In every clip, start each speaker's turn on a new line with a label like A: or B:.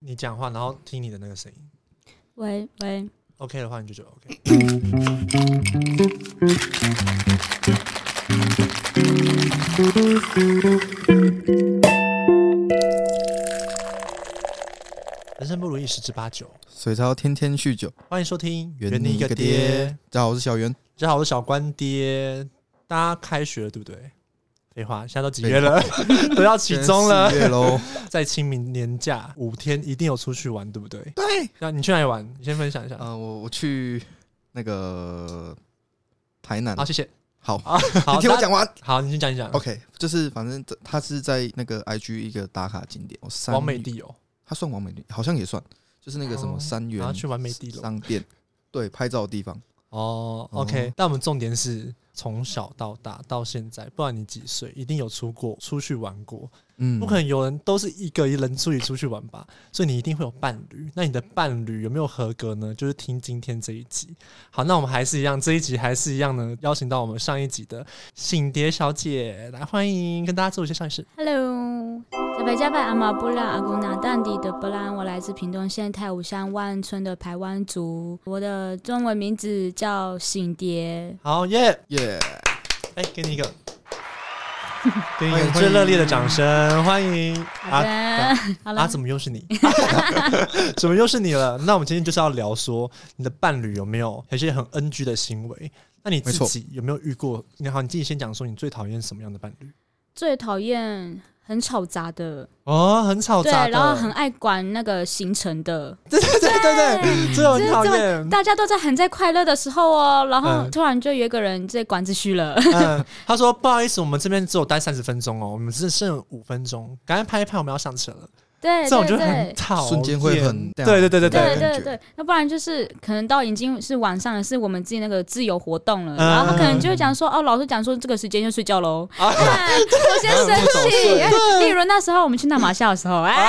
A: 你讲话，然后听你的那个声音
B: 喂喂，
A: ，OK 的话，你就觉得 OK。人生不如意十之八九，
C: 水槽天天酗酒，
A: 欢迎收听《
C: 圆
A: 你
C: 你
A: 一个
C: 个
A: 爹
C: 爹》。大家好，我是小圆。
A: 大家好，我是小关爹。大家开学了对不对？废话，现在都几月了？ 都要期中了
C: 现在，四月 喽。
A: 在清明年假五天，一定有出去玩，对不对？
C: 对，
A: 那你去哪里玩？你先分享一下。
C: 呃，我我去那个台南
A: 好，，谢谢。
C: 好，
A: 啊， 好，
C: 你听
A: 大
C: 我
A: 家。
C: 讲完。
A: 好，你先讲一讲。
C: OK，就是反正这它是在那个 IG 一个打卡景点，哦，三
A: 完美，地哦，
C: 它算完美地，好像也算，就是那个什
A: 哦
C: 么三元
A: 然后去完美地了。
C: 商店，对，拍照的地方。
A: 哦，OK，那我
C: 嗯
A: 们重点是从小到大到现在，不管你几岁，一定有出过出去玩过，
C: 嗯
A: 不可能有人都是一个人出去出去玩吧？所以你一定会有伴侣。那你的伴侣有没有合格呢？就是听今天这一集。好，那我们还是一样，这一集还是一样呢，邀请到我们上一集的醒蝶小姐来，欢迎跟大家自我介绍一下。
B: ，Hello，在北加百阿玛布拉阿古纳当地的波兰，我来自屏东县太武乡万村的排湾族，我的中文名字叫醒蝶。
A: 好耶！
C: 耶，
A: 哎、给 你一个，给你
C: 欢
A: 一
C: 迎
A: 个最热烈的掌声，欢迎
B: 好的，好了，
A: 啊！怎么又是你？ 怎么又是你了？那我们今天就是要聊说，你的伴侣有没有有些很 NG 的行为？那你自
C: 没错
A: 己有没有遇过？你好，你自己先讲说，你最讨厌什么样的伴侣？
B: 最讨厌很吵杂的，
A: 哦，很吵
B: 对，
A: 杂的，
B: 然后很爱管那个行程的，
A: 对 对对 对对，这种很讨厌。
B: 大家都在很在快乐的时候哦，然后
A: 嗯
B: 突然就有一个人在管秩序了。
A: 嗯， 他说不好意思，我们这边只有待三十分钟哦，我们只剩五分钟，赶快拍一拍，我们要上车了。
B: 对
A: 这种
B: 对对
A: 就很讨厌，
C: 瞬间会很
A: 对对对对
B: 对
C: 感
B: 对
C: 觉
B: 对，要不然就是可能到已经是晚上了，是我们自己那个自由活动了，
A: 嗯
B: 然后他可能就会讲说，哦，老师讲说这个时间就睡觉喽， 啊，
A: 哎
B: 我先生气。哎 例如那时候我们去那马夏的时候，哎，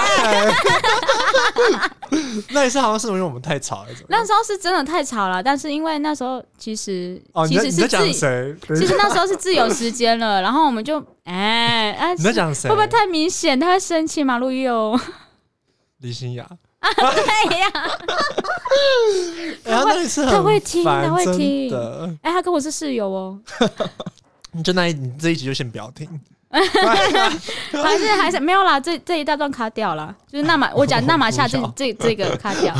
A: 那一次好像是因为我们太吵了，怎么
B: 那时候是真的太吵了，但是因为那时候其实
A: 哦，你
B: 其
A: 在
B: 实
A: 你
B: 是
A: 在讲
B: 自
A: 谁？
B: 其实那时候是自由时间了，然后我们就哎 哎，
A: 你在讲谁？
B: 会不会太明显？他会生气吗？陆毅哦，
A: 李欣雅？
B: 哎呀，
A: 哎呀，那一次很
B: 他会听
A: 烦
B: 他会
A: 真
B: 听
A: 的。
B: 哎，他跟我是室友哦，
A: 你就那一你这一集就先不要听。
B: 还是还是没有啦，这这一大段卡掉了，就是那马我讲那马夏这这这个卡掉，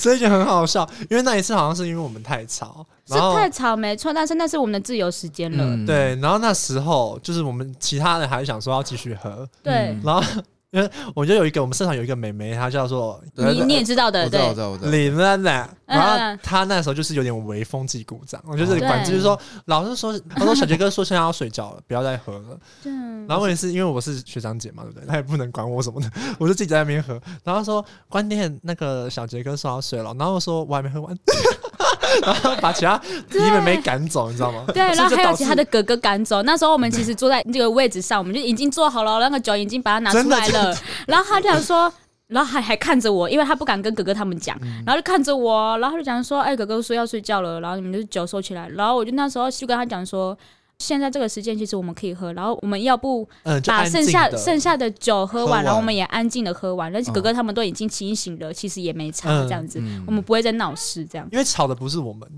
A: 这一集很好笑，因为那一次好像是因为我们太吵，
B: 是
A: 然后
B: 太吵没错，但是那是我们的自由时间了，
C: 嗯，
A: 对，然后那时候就是我们其他人还想说要继续喝，
C: 嗯
B: 对，
A: 然后 因为我就有一个我们社团有一个妹妹，她叫做
C: 对
B: 你
C: 对
B: 你也知道
C: 我
B: 的，
C: 知道，我
B: 对
C: 知，道，我知道。
A: 李娜娜，
B: 嗯
A: 然后她那时候就是有点微风纪鼓掌，我就是
C: 哦
A: 管制，就
B: 对
A: 是说老师说，他说小杰哥说现在要睡觉了，不要再喝了。
B: 对，
A: 然后我也是因为我是学长姐嘛，对不对？他也不能管我什么的， 我就自己在那边喝。然后说关店那个小杰哥说要睡了，然后我说我还没喝完， 然后把其他弟妹妹赶走，你知道吗？
B: 对，然
A: 所以
B: 后
A: 就
B: 还有
A: 导
B: 其
A: 致
B: 他的哥哥赶走。那时候我们其实坐在这个位置上，我们就已经做好了，那个酒已经把它拿出来
A: 真
B: 了。然后他就想说，然后还还看着我，因为他不敢跟哥哥他们讲，
C: 嗯
B: 然后就看着我，然后他就讲说，哎、哥哥说要睡觉了，然后你们就酒收起来。然后我就那时候去跟他讲说。现在这个时间其实我们可以喝，然后我们要不
A: 嗯，就
B: 把
A: 安静
B: 剩下
A: 的
B: 剩下的酒喝
C: 喝
B: 完，
C: 完
B: 然后我们也安静的喝完，而且
C: 嗯
B: 哥哥他们都已经清醒了，其实也没差
A: 嗯
B: 这样子，
C: 嗯
B: 我们不会再闹事这样。
A: 因为吵的不是我们。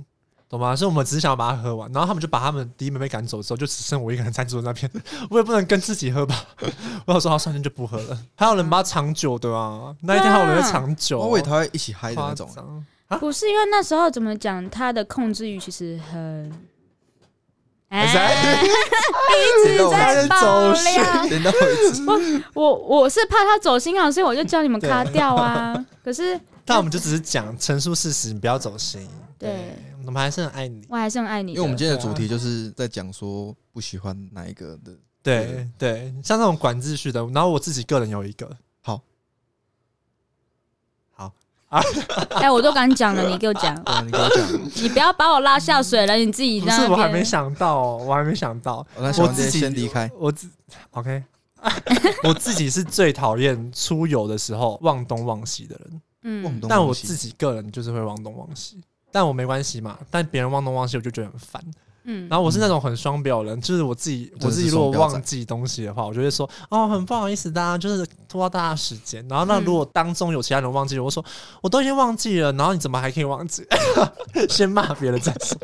A: 懂吗？所以我们只是想要把它喝完，然后他们就把他们弟妹妹赶走之后，就只剩我一个人在桌那边。 我也不能跟自己喝吧， 我有说好，算了，就不喝了。还有人把它长久的啊，那一天还有人在长久、
C: 我以为他会一起嗨的
A: 夸
C: 那种，
A: 张。
B: 不是因为那时候怎么讲，他的控制欲其实很，
A: 哎
B: 哎，
C: 谁让我
A: 在
C: 们
B: 爆
A: 走心
B: 料。
C: 谁让我一 直
B: 我我是怕他走心啊，所以我就叫你们卡掉啊。可是
A: 但我们就只是讲陈述事实，你不要走心。
B: 对，
A: 我们还是很爱你。
B: 我还是很爱你
C: 因
B: 的
C: 为我们今天的主题就是在讲说不喜欢哪一个的，
A: 对对，像那种管秩序的，然后我自己个人有一个，
C: 好，
B: 哎，我都敢讲了，你给我讲，
C: 对啊，你跟我讲，
B: 你不要把我拉下水了，你自己
A: 不
B: 在那
A: 是
B: 边
A: 我还没想到哦，我还没想到，
C: 我那小
A: 我
C: 王
A: 自
C: 姐
A: 己
C: 先离开，，
A: 我自 OK，我自己是最讨厌出游的时候忘东忘西的人，
C: 忘
B: 嗯，
C: 东
A: 但
C: 忘
A: 我
C: 西
A: 自己个人就是会忘东忘西，但我没关系嘛，但别人忘东忘西我就觉得很烦，
B: 嗯，
A: 然后我是那种很双标人，就是我自己
C: 真的
A: 我
C: 是
A: 自己如果
C: 双标仔
A: 忘记东西的话，我就会说哦，很不好意思，大家就是拖到大家时间。然后那
B: 嗯
A: 如果当中有其他人忘记，我就说我都已经忘记了，然后你怎么还可以忘记？ 先骂别人再说。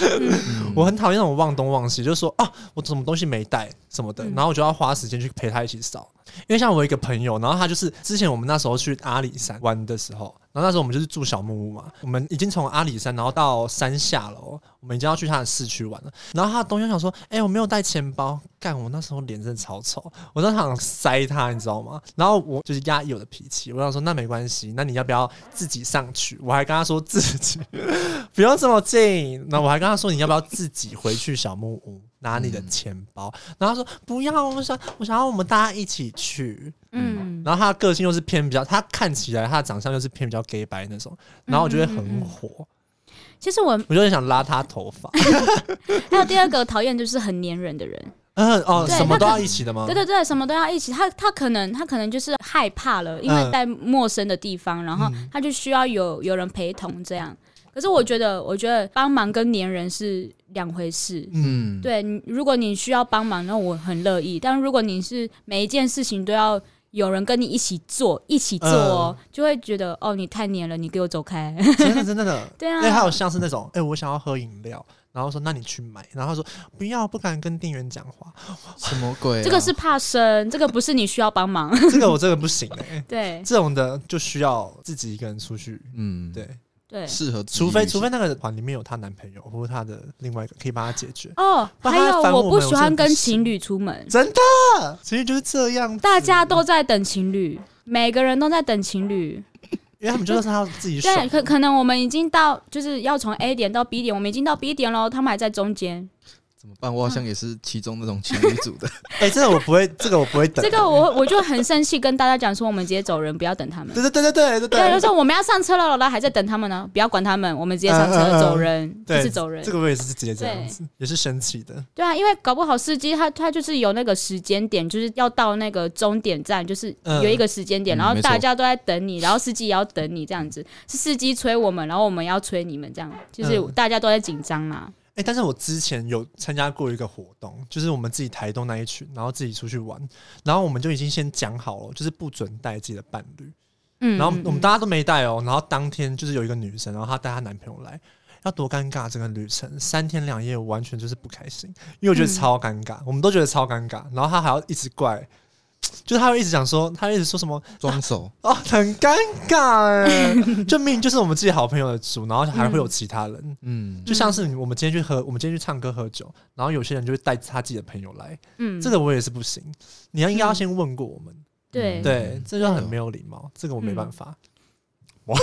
C: 嗯
A: 我很讨厌那种忘东忘西，就是说啊，我什么东西没带什么的，
B: 嗯
A: 然后我就要花时间去陪他一起扫。因为像我有一个朋友，然后他就是之前我们那时候去阿里山玩的时候，然后那时候我们就是住小木屋嘛，我们已经从阿里山然后到山下了哦，我们已经要去他的市区玩了。然后他的东西想说，哎、我没有带钱包，干我那时候脸真的超丑，我当时想塞他，你知道吗？然后我就是压抑我的脾气，我想说那没关系，那你要不要自己上去？我还跟他说自己不用这么近，那我还跟他说你要不要自己回去小木屋拿你的钱包？然后他说不要，我想我想要我们大家一起去。
B: 嗯，
A: 然后他的个性又是偏比较，他看起来他的长相又是偏比较 gay 白那种，然后我就会
B: 嗯嗯嗯
A: 很
B: 嗯
A: 火，
B: 其实我
A: 我就很想拉他头发。
B: 还有第二个讨厌就是很粘人的人，
A: 嗯哦，
B: 对
A: 什么
B: 那
A: 都
B: 可
A: 要一起的吗？
B: 对对对，什么都要一起。他他可能他可能就是害怕了，因为
A: 嗯
B: 在陌生的地方，然后他就需要有有人陪同这样。可是我觉得，我觉得帮忙跟粘人是两回事。
C: 嗯，
B: 对，你如果你需要帮忙，那我很乐意。但如果你是每一件事情都要有人跟你一起做，一起做哦，
A: 嗯
B: 就会觉得哦，你太黏了，你给我走开。
A: 真的真的的。
B: 对啊
A: 因为还有像是那种，哎、我想要喝饮料，然后说那你去买，然后他说不要，不敢跟店员讲话，
C: 什么鬼啊？
B: 这个是怕生，这个不是你需要帮忙。
A: 这个我真的不行哎、
B: 对
A: 这种的就需要自己一个人出去，
C: 嗯，
A: 对，
B: 对，
C: 适合自己
A: 除非
C: 旅行
A: 除非那个团里面有她男朋友或者她的另外一个可以帮她解决，
B: 哦，
A: 不然
B: 还
A: 他
B: 有
A: 烦我
B: 我
A: 们
B: 不喜
A: 我真的不
B: 欢跟
A: 行
B: 情侣出门，
A: 真的，
B: 啊
A: 其实就是这样子，
B: 大家都在等情侣，每个人都在等情侣。
A: 因为他们就是他自己
B: 对，啊
A: 爽，
B: 可可能我们已经到，就是要从 A 点到 B 点，我们已经到 B 点喽，他们还在中间。
C: 怎么办？我好像也是其中那种情侣组的，
A: 哎、这个我不会，这个我不会等，
B: 这个我我就很生气，跟大家讲说，我们直接走人，不要等他们。
A: 对对对对对对
B: 对，就
A: 对，
B: 说我们要上车了，然后还在等他们呢，不要管他们，我们直接
A: 嗯嗯嗯
B: 上车
A: 嗯
B: 走人，啊就
A: 对
B: 是走人
A: 这。个我也是直接这样子，也是生气的，
B: 对啊，因为搞不好司机他他就是有那个时间点，就是要到那个终点站，就是
A: 嗯
B: 有一个时间点，
C: 嗯
B: 然后
C: 没错
B: 大家都在等你，然后司机也要等你这样子，是司机催我们，然后我们要催你们这样，就是
A: 嗯
B: 大家都在紧张啦。
A: 哎、但是我之前有参加过一个活动，就是我们自己台东那一群，然后自己出去玩，然后我们就已经先讲好了，就是不准带自己的伴侣，
B: 嗯，
A: 然后
B: 嗯
A: 我们大家都没带哦，然后当天就是有一个女生，然后她带她男朋友来，要多尴尬这个旅程，三天两夜我完全就是不开心，因为我觉得
B: 嗯
A: 超尴尬，我们都觉得超尴尬，然后她还要一直怪。就是她会一直讲说，她一直说什么
C: 装熟，
A: 哦，很尴尬哎、 就明明就是我们自己好朋友的组，然后还会有其他人，
C: 嗯，
A: 就像是你我们今天去喝，我们今天去唱歌喝酒，然后有些人就会带他自己的朋友来，
B: 嗯
A: 这个我也是不行。你要应该要先问过我们，
B: 对
A: 对
C: 嗯，
A: 这就很没有礼貌，这个我没办法。 哇，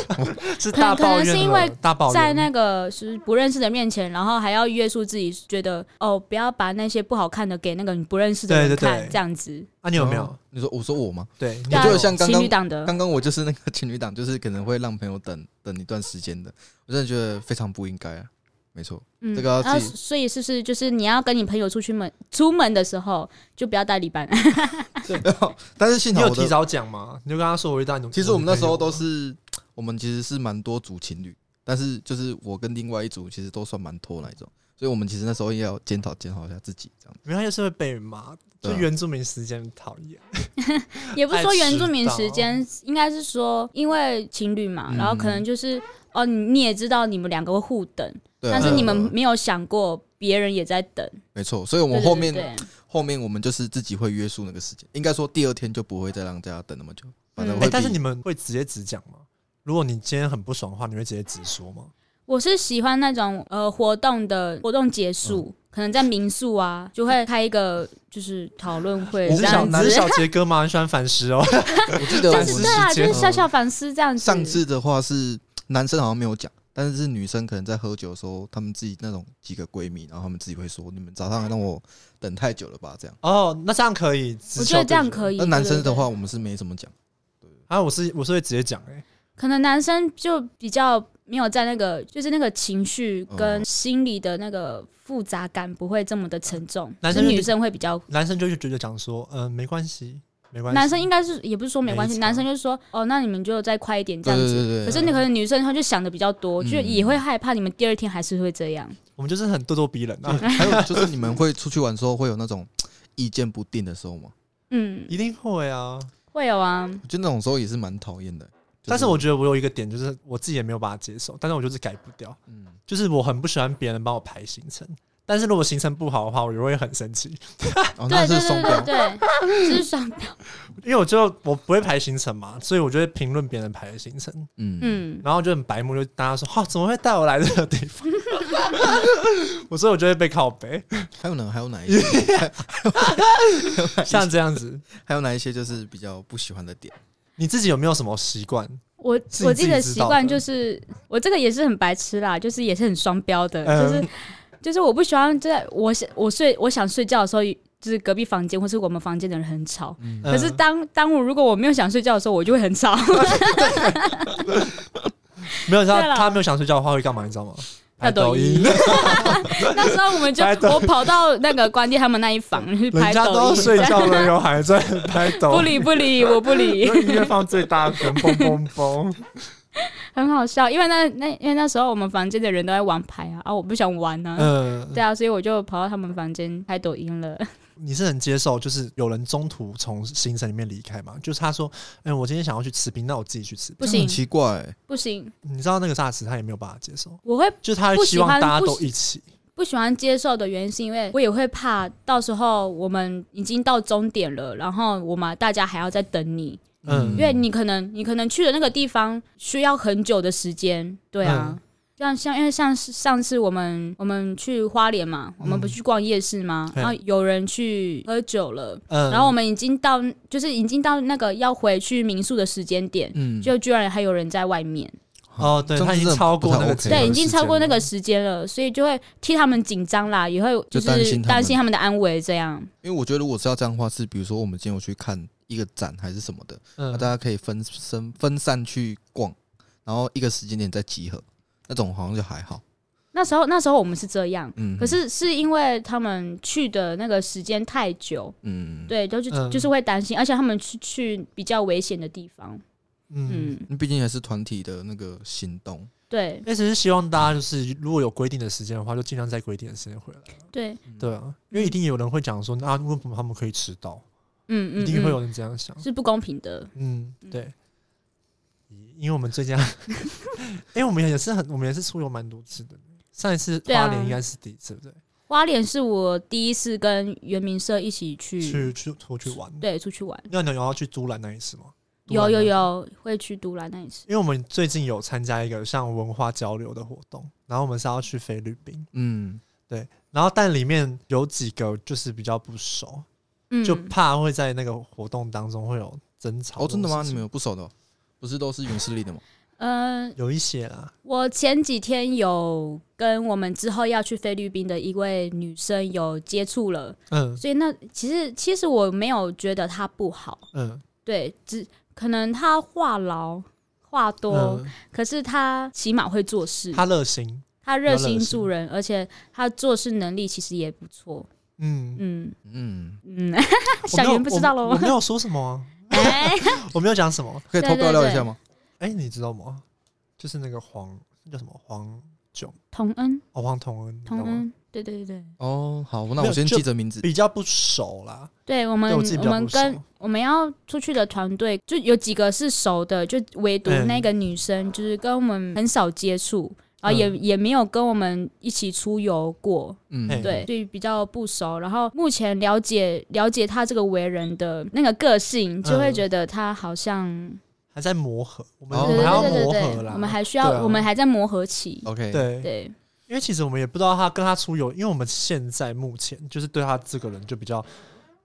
A: 是
B: 嗯可能
A: 大抱
B: 可
A: 怨
B: 能是因
A: 了
B: 为
A: 大抱
B: 在
A: 怨，
B: 那个是不认识的面前，然后还要约束自己，觉得哦，不要把那些不好看的给那个你不认识的人
A: 对对
B: 看，
A: 对
B: 这样子。
A: 啊，你有没有
C: 哦？？你说我说我吗？
A: 对，你
B: 对
A: 有
B: 啊
A: 没
C: 就
A: 有
C: 像刚刚
B: 情侣档的，
C: 刚刚我就是那个情侣档，就是可能会让朋友等 等一段时间的，我真的觉得非常不应该啊。没错，
B: 嗯
C: 这个要
B: 然后
C: 自己
B: 所以是不是就是你要跟你朋友出去门出门的时候，就不要带礼拜？
C: 但是幸
A: 你
C: 好
A: 有
C: 我
A: 提
C: 的，
A: 早讲吗？你就跟他说我会带你。
C: 其实我们那时候都是，我们其实是蛮多组情侣，但是就是我跟另外一组其实都算蛮拖那一种，所以我们其实那时候也要检讨检讨一下自己这样。
A: 原来就是会被骂，就
C: 对啊
A: 原住民时间讨厌。
B: 也不是说原住民
A: 太迟
B: 时间，应该是说因为情侣嘛，
C: 嗯
B: 然后可能就是哦，你你也知道你们两个会互等，
C: 对啊，
B: 但是你们
C: 嗯
B: 没有想过别人也在等。
C: 没错，所以我
B: 对
C: 们
B: 对
C: 后
B: 对
C: 面
B: 对
C: 后面我们就是自己会约束那个时间，应该说第二天就不会再让大家等那么久，反正
B: 嗯
C: 会
A: 哎
C: 比、，
A: 但是 你们会直接直讲吗？如果你今天很不爽的话，你会直接直说吗？
B: 我是喜欢那种呃活动的活动结束，
C: 嗯
B: 可能在民宿啊，就会开一个就是讨论会
A: 你
B: 这
A: 是小
B: 样
A: 你是
B: 子。
A: 小杰哥吗？很喜欢反思哦。
C: 我记得我
B: 就
C: 们
B: 是
A: 时
B: 对啊，
A: 间
B: 就是小小反思这样子。
C: 嗯上次的话是男生好像没有讲，但是是女生可能在喝酒的时候，她们自己那种几个闺蜜，然后她们自己会说：“你们早上让我等太久了吧？”这样。
A: 哦，那这样可以，
B: 我觉得这样可
A: 以。
B: 以。
C: 那男生
B: 对
C: 的，
B: 对
C: 话，我们是没怎么讲，
A: 啊，我是我是会直接讲哎、
B: 对可能男生就比较没有在那个，就是那个情绪
C: 嗯
B: 跟心理的那个复杂感不会这么的沉重，
A: 男
B: 是
A: 生就
B: 女生会比较。
A: 男生就是觉得讲说，嗯、没关系，没关系。
B: 男生应该是也不是说没关系，
A: 没差
B: 男生就是说哦，那你们就再快一点这
C: 对
B: 样
C: 对
B: 子。
C: 对对。
B: 可是你可能女生她就想的比较多，
C: 嗯
B: 就也会害怕你们第二天还是会这样。
A: 我们就是很咄咄逼 人啊，
C: 还有就是你们会出去玩的时候会有那种意见不定的时候吗？
B: 嗯，
A: 一定会啊。
B: 会有啊，
C: 我觉得那种时候也是蛮讨厌的。就是
A: 但是我觉得我有一个点，就是我自己也没有办法接受，但是我就是改不掉，
C: 嗯，
A: 就是我很不喜欢别人帮我排行程。但是如果行程不好的话，我也会很生气，
C: 哦，
B: 对
C: 那
B: 对
C: 是双
B: 对对
C: 标，
B: 对， 这是双标，
A: 因为我就我不会排行程嘛，所以我就会评论别人排的行程，
C: 嗯嗯，
B: 嗯，
A: 然后就很白目，就大家说：“哦，怎么会带我来这个地方？” 我所以我就会被靠背，
C: 还有呢，还有哪一些？
A: 像这样子。
C: 还有哪一些就是比较不喜欢的点？
A: 你自己有没有什么习惯？
B: 我
A: 是你
B: 我
A: 自己
B: 的
A: 知
B: 习
A: 道
B: 惯
A: 的
B: 就是，我这个也是很白痴啦，就是也是很双标的，
A: 嗯
B: 就是就是我不喜欢在我想我睡我想睡觉的时候，就是隔壁房间或是我们房间的人很吵。可是
A: 嗯
B: 当当我如果我没有想睡觉的时候，我就会 很吵。
A: 没有你知道
B: 对啦
A: 他没有想睡觉的话会干嘛？你知道吗？
B: 拍抖音，那时候我们就
A: 拍抖音
B: 我跑到那个关帝他们那一房去
A: 人
B: 拍
A: 家都
B: 抖
A: 要
B: 音，
A: 睡觉了，有还在拍抖
B: 不
A: 音，
B: 理不理，我不 理。
A: 音乐放最大声，嘣嘣 嘣。
B: 很好笑，因为那那因为那时候我们房间的人都在玩牌啊，啊，我不想玩啊，
A: 嗯，
B: 对啊，所以我就跑到他们房间拍抖音了。
A: 你是能接受，就是有人中途从行程里面离开吗？就是他说，嗯、我今天想要去吃冰，那我自己去吃
B: 不
A: 冰。
B: 行
C: 很奇怪、欸，
B: 不行，
A: 你知道那个炸词他也没有办法接受，
B: 我会
A: 就是他希望大家都一起。
B: 不喜欢接受的原因是因为我也会怕到时候我们已经到终点了，然后我们大家还要再等你，
A: 嗯
B: 因为你可能你可能去的那个地方需要很久的时间，对啊。
A: 嗯
B: 像像因为像是上次我们我们去花莲嘛，我们不是去逛夜市吗？
A: 嗯
B: 然后有人去喝酒了，
A: 嗯，
B: 然后我们已经到，就是已经到那个要回去民宿的时间点，
C: 嗯，
B: 就居然还有人在外面，
A: 哦对
C: 这样
A: 他已经
C: 真的
A: 超过
C: 不太
A: 那个
C: OK
A: 这
B: 对，
A: 段
B: 已经超过那个
A: 时
B: 时间了，所以就会替他们紧张啦，也会
C: 就担
B: 是
C: 心他们
B: 担心他们的安危这样。
C: 因为我觉得如果是要这样的话，是比如说我们今天有去看一个展还是什么的，
A: 间
C: 那、
A: 嗯
C: 大家可以分分分散去逛，然后一个时间点再集合，那种好像就还好。
B: 那时候那时候我们是这样，
C: 嗯，
B: 可是是因为他们去的那个时间太久，
C: 嗯，
B: 对，都就
A: 嗯
B: 就是会担心，而且他们去去比较危险的地方，
A: 嗯。
B: 嗯，
C: 嗯，毕竟还是团体的那个行动，
B: 对
A: 那只是希望大家就是，如果有规定的时间的话，就尽量在规定的时间回来。
B: 对，
A: 对啊，因为一定有人会讲说，那为什么他们可以迟到？
B: 嗯嗯，
A: 一定会有
B: 嗯
A: 人这样想。
B: 是不公平的，
A: 嗯，对，因为我们最 近，哎、我们也是很，我们也是出游蛮多次的。上一次
B: 对啊
A: 花莲应该是第一次，对不对？
B: 花莲是我第一次跟原民社一起去，
A: 去去出去玩。
B: 对，出去玩。
A: 那你有要去都兰那一次吗？都
B: 有
A: 兰那
B: 有
A: 一次。
B: 有，会去都兰那一次。
A: 因为我们最近有参加一个像文化交流的活动，然后我们是要去菲律宾，
C: 嗯，
A: 然后但里面有几个就是比较不熟，
B: 嗯，
A: 就怕会在那个活动当中会有争吵。
C: 哦，真的吗？你们？有不熟的哦、不是都是原势力的吗？
B: 呃，
A: 有一些啦，
B: 我前几天有跟我们之后要去菲律宾的一位女生有接触了，
A: 嗯
B: 所以那其实其实我没有觉得她不好，
A: 嗯，
B: 对，只可能她话痨话多，
A: 嗯
B: 可是她起码会做事，
A: 他热心，
B: 她热
A: 热心
B: 心助人，而且她做事能力其实也不错。
A: 嗯，
B: 嗯
C: 嗯，
B: 嗯，
A: 我
B: 小
A: 没有
B: 圆不知道了
A: 我，我
B: 吗
A: 没？有说什么 啊、
B: 哎，
A: 我没有讲什么。
C: 可以偷
B: 对对
C: 爆料
B: 对
C: 一下吗？
A: 哎、你知道吗？就是那个黄那叫什么黄炯
B: 童恩，
A: 哦，黄同恩，你知道
B: 童
A: 吗
B: 恩，对对对对。
C: 哦，好，那
A: 没
C: 我
A: 有
C: 先
A: 就
C: 记着名字。
A: 比较不熟啦。
B: 对我们，
A: 对我自己比较
B: 们
A: 不熟
B: 跟我们要出去的团队，就有几个是熟的，就唯独
A: 嗯
B: 那个女生，就是跟我们很少接触，然后也、
A: 嗯
B: 也没有跟我们一起出游过，
C: 嗯，
A: 嘿
B: 对，所以比较不熟。然后目前了解了解她这个为人的那个个性，就会
A: 嗯
B: 觉得她好像，
A: 还在磨合，我们、
C: 哦
A: 我
B: 对
A: 们还要
B: 对对
A: 磨
B: 对
A: 合
B: 对，
A: 啦。
B: 我们还需要，
A: 对啊哦
B: 我们还在磨合期，
C: ，OK，，
A: 对，
B: 对，
A: 因为其实我们也不知道他跟他出游，因为我们现在目前就是对他这个人就比较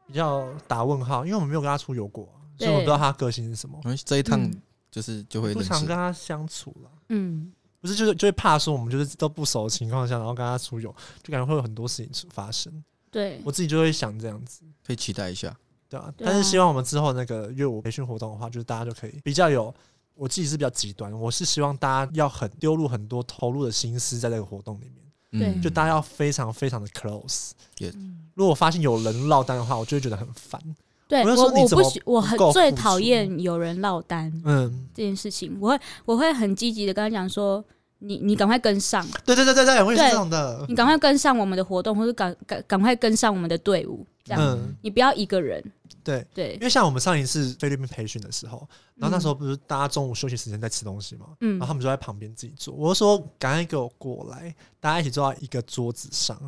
A: 比较打问号，因为我们没有跟他出游过啊、所以我们
B: 对
A: 不知道他个性是什么，
C: 我们这一趟
B: 嗯
C: 就是就会
A: 不
C: 认
A: 常啊
C: 识
A: 跟。他相处了。
B: 嗯，
A: 不是，就是就会怕说我们就是都不熟的情况下，然后跟他出游，就感觉会有很多事情出发生。
B: 对，
A: 我自己就会想这样子，
C: 可以期待一下。
A: 对啊。
B: 对啊
A: 但是希望我们之后那个乐舞培训活动的话，就是大家就可以比较有，我自己是比较极端，我是希望大家要很丢入很多投入的心思在这个活动里面，
B: 对
C: 嗯
A: 就大家要非常非常的 close。
B: 嗯
A: 如果发现有人落单的话，我就会觉得很烦。
B: 对
A: 我就
B: 我
A: 说你怎
B: 不
A: 么
B: 喜，我很
A: 不够
B: 最
A: 付
B: 讨
A: 出
B: 厌有人落单，
A: 嗯
B: 这件事情，我会我会很积极的跟他讲说，你你赶快跟上，
A: 对对对对对，我也是
B: 对
A: 这种的。
B: 你赶快跟上我们的活动，或者赶赶赶快跟上我们的队伍，这样、
A: 嗯，
B: 你不要一个人。
A: 对，
B: 对
A: 因，为像我们上一次菲律宾培训的时候，然后那时候不是大家中午休息时间在吃东西嘛，
B: 嗯
A: 然后他们就在旁边自己做。我就说赶快给我过来，大家一起坐到一个桌子上，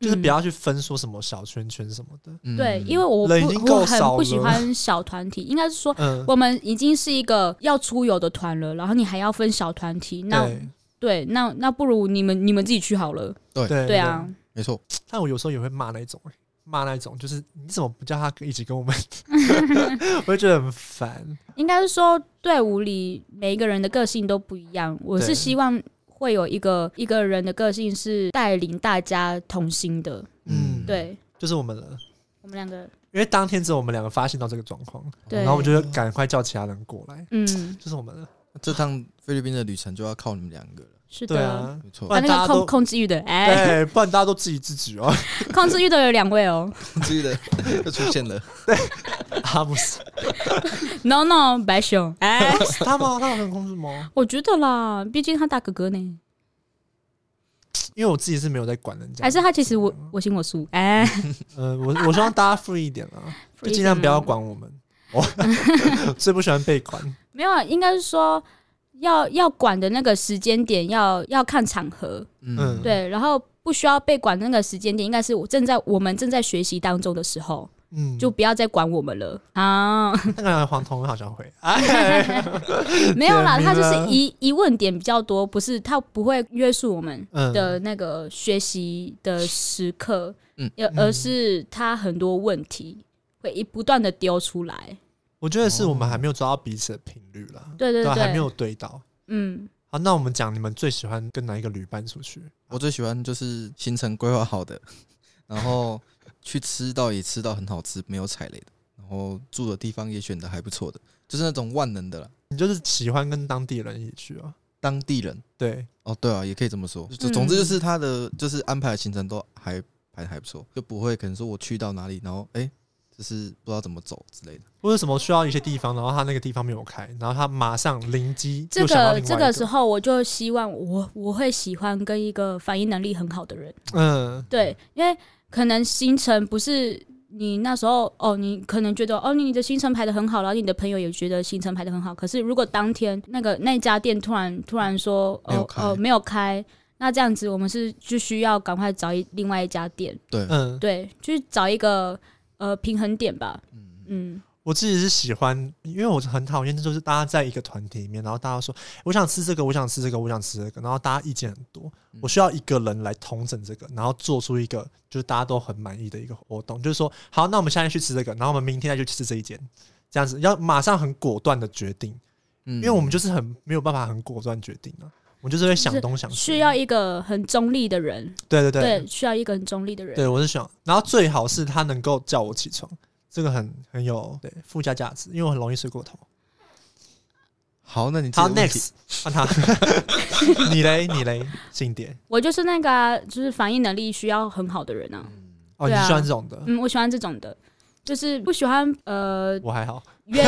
A: 就是
B: 嗯
A: 不要去分说什么小圈圈什么的。
C: 嗯
B: 对，因为我
A: 人已经
B: 不
A: 够
B: 我很
A: 少
B: 不喜
A: 了
B: 欢小团体，应该是说
A: 嗯，
B: 我们已经是一个要出游的团了，然后你还要分小团体，那
A: 对
B: 对，那那不如你们你们自己去好了。
A: 对
B: 对啊，，
C: 没错，
A: 但我有时候也会骂那种、欸骂那种，就是你怎么不叫他一起跟我 们？ 我会觉得很烦。
B: 应该是说队伍里每一个人的个性都不一样，我
A: 对
B: 是希望会有一个一个人的个性是带领大家同心的。
A: 嗯，
C: 嗯，，
B: 对
A: 就是我们了，
B: 我们两个，
A: 因为当天只有我们两个发现到这个状况，
B: 对
A: 然后我们就赶快叫其他人过来，
B: 嗯，
A: 就是我们了。
C: 这趟菲律宾的旅程就要靠你们两个了，
B: 是
A: 对
B: 的。
A: 啊，
C: 没错
A: 不，然
B: 那
A: 大
B: 个
A: 家都
B: 控控制欲的，哎、
A: 对，不然大家都自己自己哦。
B: 控制欲的有两位哦。
C: 注意的 又出现了，
A: 他不是
B: No No，白熊， 哎、
A: 是他吗？他有跟控制吗？
B: 我觉得啦，毕竟他大哥哥呢，
A: 因为我自己是没有在管人家，
B: 还是他其实我
A: 啊
B: 我行我素，哎、
A: 呃，我我希望大家 free 一点 啊，就尽量不要管我们。我
B: 嗯
A: 最不喜欢被管，
B: 没有，啊应该是说要要管的那个时间点要要看场合，
A: 嗯
C: 嗯，
B: 对，然后不需要被管那个时间点，应该是我正在我们正在学习当中的时候，
A: 嗯，
B: 就不要再管我们了 啊！
A: 那个黄铜好像 会，哎，
B: 没有啦，
A: 点名
B: 他就是
A: 了
B: 疑疑问点比较多，不是他不会约束我们
A: 嗯
B: 的那个学习的时刻，
C: 嗯
B: 而而是他很多问题会一不断的丢出来，
A: 我觉得是我们还没有抓到彼此的频率啦，
B: 对对
A: 对啊，还没
B: 对，
A: 有对到。
B: 嗯，
A: 好，那我们讲你们最喜欢跟哪一个旅伴出去？
C: 我最喜欢就是行程规划好的， 然后去吃到也吃到很好吃，没有踩雷的，然后住的地方也选的还不错的，就是那种万能的啦，
A: 你就是喜欢跟当地人一起去啊？
C: 当地人。
A: 对，
C: 哦，对啊，也可以这么说。就
B: 嗯
C: 总之就是他的就是安排的行程都还排的还不错，就不会可能说我去到哪里，然后哎、就是不知道怎么走之类的。
A: 或者什么需要一些地方，然后他那个地方没有开，然后他马上灵机
B: 这
A: 又想到
B: 个
A: 另外
B: 这
A: 一
B: 个时，候我就希望我我会喜欢跟一个反应能力很好的人。
A: 嗯，
B: 对，因为可能行程不是你那时候哦，你可能觉得哦，你的行程排的很好，然后你的朋友也觉得行程排的很好。可是如果当天那个那家店突然突然说
C: 没有
B: 哦
C: 开
B: 哦没有开，那这样子我们是就需要赶快找一另外一家店，
C: 对，
A: 嗯，
B: 对，去找一个呃平衡点吧。
C: 嗯，
B: 嗯，
A: 我自己是喜欢，因为我很讨厌，就是大家在一个团体里面，然后大家说我想吃这个，我想吃这个，我想吃这个，然后大家意见很多，我需要一个人来统整这个，然后做出一个就是大家都很满意的一个活动，就是说好，那我们现在去吃这个，然后我们明天再去吃这一间，这样子要马上很果断的决定，
C: 因
A: 因为我们就是很没有办法很果断决定啊，我们就是会想东
C: 嗯
A: 想西，
B: 需要一个很中立的人，
A: 对对
B: 对，
A: 对
B: 需要一个很中立的人。
A: 对，我是想，然后最好是他能够叫我起床，这个很很有对附加价值，因为我很容易睡过头。
C: 好，那你这
A: 好
C: 个问题
A: ，next，换他。 你嘞，你嘞，静点。
B: 我就是那个啊、就是反应能力需要很好的人啊。
A: 哦，你
B: 对啊
A: 是喜欢这种的，
B: 嗯，我喜欢这种的，就是不喜欢呃
A: 我还好。
B: 约，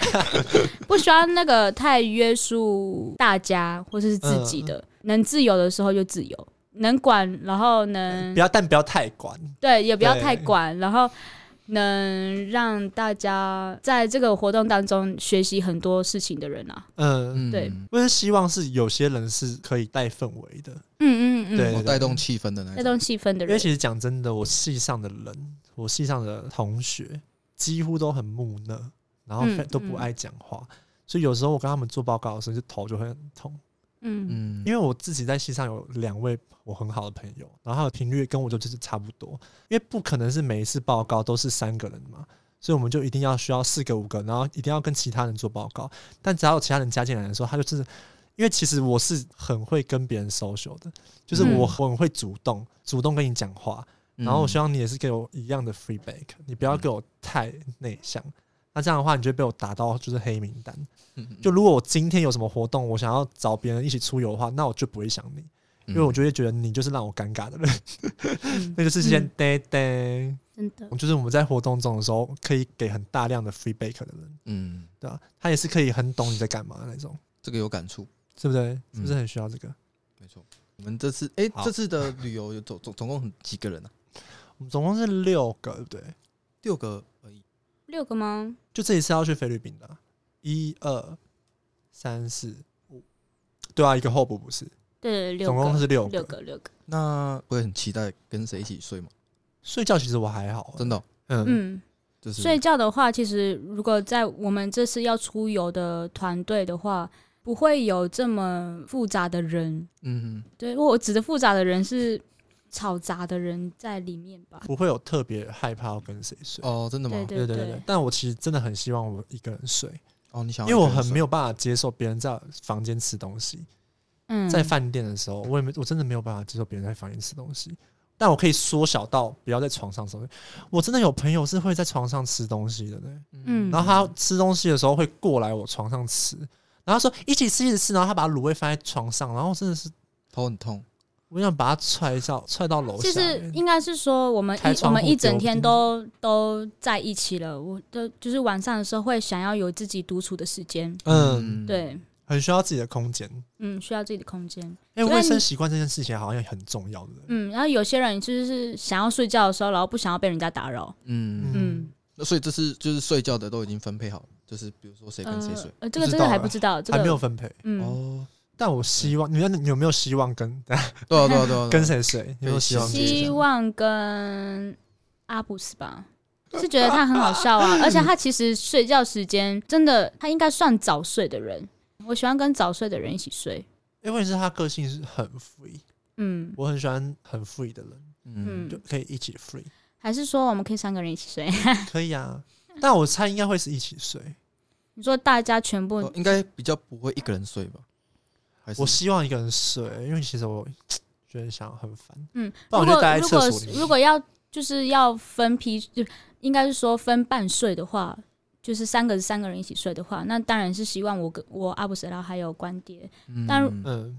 B: 不喜欢那个太约束大家或者是自己
A: 嗯
B: 的，能自由的时候就自由，能管，然后能
A: 哎不要，但不要太管。
B: 对，也不要
A: 对
B: 太管，然后能让大家在这个活动当中学习很多事情的人啊，
A: 嗯，
C: 嗯
B: 对
A: 我是希望是有些人是可以带氛围的，
B: 嗯嗯嗯，
A: 对
C: 哦带动气氛的那
B: 带
C: 一
B: 动
C: 种。
B: 气氛的
A: 因为
B: 人，
A: 其实讲真的，我系上的人，我系上的同学几乎都很木讷，然后
B: 嗯
A: 非都不
B: 嗯
A: 爱讲话，所以有时候我跟他们做报告的时候，就头就会很痛。
B: 嗯
C: 嗯
A: 因，为我自己在戏上有两位我很好的朋友，然后他的频率跟我就就是差不多，因为不可能是每一次报告都是三个人嘛，所以我们就一定要需要四个五个，然后一定要跟其他人做报告。但只要有其他人加进来的时候，他就是因为其实我是很会跟别人 social 的，就是
B: 嗯
A: 我很会主动主动跟你讲话，
C: 嗯
A: 然后我希望你也是给我一样的 feedback，你不要给我太内向。那这样的话，你就会被我打到就是黑名单。
C: 望
A: 就如果我今天有什么活动，我想要找别人一起出游的话，那我就不会想你，
C: 嗯
A: 因为我就会觉得你就是让我尴尬的人。
B: 嗯
A: 那就是先
B: 嗯
A: 呆呆，
B: 真的，
A: 就是我们在活动中的时候，可以给很大量的 feedback 的人，
C: 嗯，
A: 对吧、他也是可以很懂你在干嘛那种，
C: 这个有感触。
A: 是不对？是不是很需要这个？
C: 没错。我们这次哎、
A: 好
C: 这次的旅游有总总总共很几个人啊？
A: 我们总共是六个，对不对？
C: 六个而已。
B: 六个吗？
A: 就这一次要去菲律宾的啊，一二三四五，对啊，一个候补不是，
B: 对，六
A: 总
B: 个，
A: 共是六
B: 六
A: 个。
B: 个，六个。
C: 那我也很期待跟谁一起睡嘛，
A: 睡觉其实我还好，
C: 真的哦、
A: 嗯，
B: 嗯，
C: 就是
B: 睡觉的话，其实如果在我们这次要出游的团队的话，不会有这么复杂的人。
C: 嗯
B: 对我指的复杂的人是吵杂的人在里面吧？
A: 不会有特别害怕要跟谁睡
C: 哼。哦，真的吗？
B: 对
A: 啊对对
B: 对
A: 对，但我其实真的很希望我一个人睡，
C: 哦，你想
A: 因
C: 要
A: 为我
C: 一个人
A: 很没
C: 睡
A: 有办法接受别人在房间吃东西。
B: 嗯，
A: 在饭店的时候，我也没我真的没有办法接受别人在房间吃东西，但我可以缩小到不要在床上吃东西。我真的有朋友是会在床上吃东西的呢，
B: 嗯
A: 然后他吃东西的时候会过来我床上吃，然后说一起吃一起吃，然后他把卤味放在床上，然后真的是
C: 头很痛，
A: 我想把他踹到踹到楼下
B: 其
A: 欸、
B: 实应该是说，我们
A: 开
B: 一我
A: 窗户
B: 们一整天都都在一起了，我都就是晚上的时候会想要有自己独处的时间，
A: 嗯，
B: 对，
A: 很需要自己的空间。
B: 嗯，需要自己的空间，
A: 因为
B: 所以
A: 卫
B: 你
A: 生习惯这件事情好像也很重要的，
B: 嗯，然后有些人就是想要睡觉的时候，然后不想要被人家打扰，
C: 嗯，
A: 嗯
B: 嗯，
C: 那所以这是就是睡觉的都已经分配好了，就是比如说谁跟谁
B: 呃
C: 睡。
B: 呃，
A: 不
B: 这个
A: 知
B: 真的
A: 道
B: 还
A: 啊
B: 不知道，这
A: 还没有
B: 个，
A: 分配。
B: 嗯，
C: 哦，
A: 但我希望你们你有没有希望跟
C: 对啊，对啊，对啊，
A: 跟谁睡？有没有嗯希望跟谁睡？
B: 希望跟阿布斯 吧。是觉得他很好笑 啊，而且他其实睡觉时间真的，他应该算早睡的人。我喜欢跟早睡的人一起睡，
A: 因为是他个性是很 free，
B: 嗯
A: 我很喜欢很 free 的人，
C: 嗯，
B: 嗯
A: 就，可以一起 free，
B: 还是说我们可以三个人一起睡？
A: 可以啊。但我猜应该会是一起睡，
B: 你说大家全部
C: 哦应该比较不会一个人睡吧？还是
A: 我希望一个人睡，因为其实我觉得想很烦。
B: 嗯，
A: 不然我
B: 如
A: 就
B: 果
A: 待在
B: 如
A: 厕
B: 果
A: 所里面
B: 如果要就是要分批，就应该是说分半睡的话，就是三个三个人一起睡的话，那当然是希望我跟我阿布斯然后还有关爹，
C: 嗯
B: 但
A: 嗯，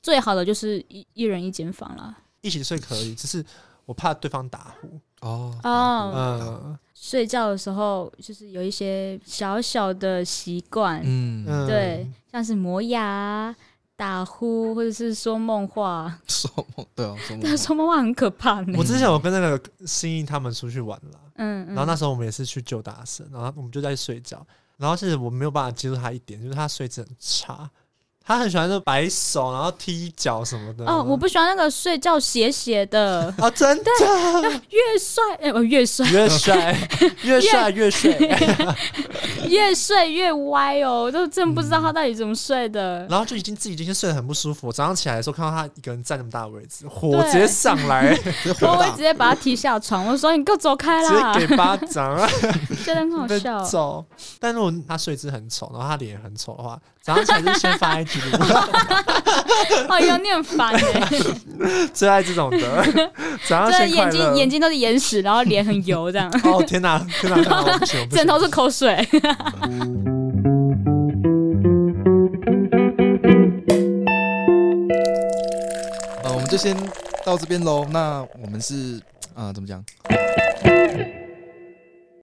B: 最好的就是一一人一间房啦。
A: 一起睡可以，只是我怕对方打呼。
C: 哦
B: 哦，
A: 嗯
B: 睡觉的时候就是有一些小小的习惯，
C: 嗯
A: 嗯，
B: 对，像是磨牙、打呼或者是说梦话，
C: 说梦对啊，说梦
B: 但是说梦话很可怕呢
A: 嗯我。之前有跟那个心怡他们出去玩啦，
B: 嗯，嗯
A: 然后那时候我们也是去旧大神，然后我们就在睡觉，然后其实我没有办法接受他一点，就是他睡姿很差，他很喜欢就摆手，然后踢脚什么的。，
B: 哦，我不喜欢那个睡觉斜斜的
A: 啊，真的
B: 越帅哎，我越帅
A: 越帅越帅哎越帅，
B: 越睡越歪哦，我都真不
A: 嗯
B: 知道他到底怎么睡的。
A: 然后就已经自己已经睡得很不舒服。早上起来的时候看到他一个人占那么大的位置，火直接上 来，直
C: 直接火
B: 我会
C: 大
B: 直，接把他踢下床，我说你给我走开啦，
A: 接给巴掌，
B: 觉得很好
A: 被
B: 笑。
A: 揍。但如果他睡姿很丑，然后他脸也很丑的话，早上起来就先发一局，
B: 哦哟，你很烦哎、
A: 最爱这种的。 早上
B: 这
A: 先快
B: 眼睛
A: 乐。
B: 眼睛都是眼屎，然后脸很 油，这样
A: 哦天哪，天哪，天哪我不行，我不行
B: 枕头是口水。
C: 呃，我们就先到这边喽。那我们是啊，怎么讲？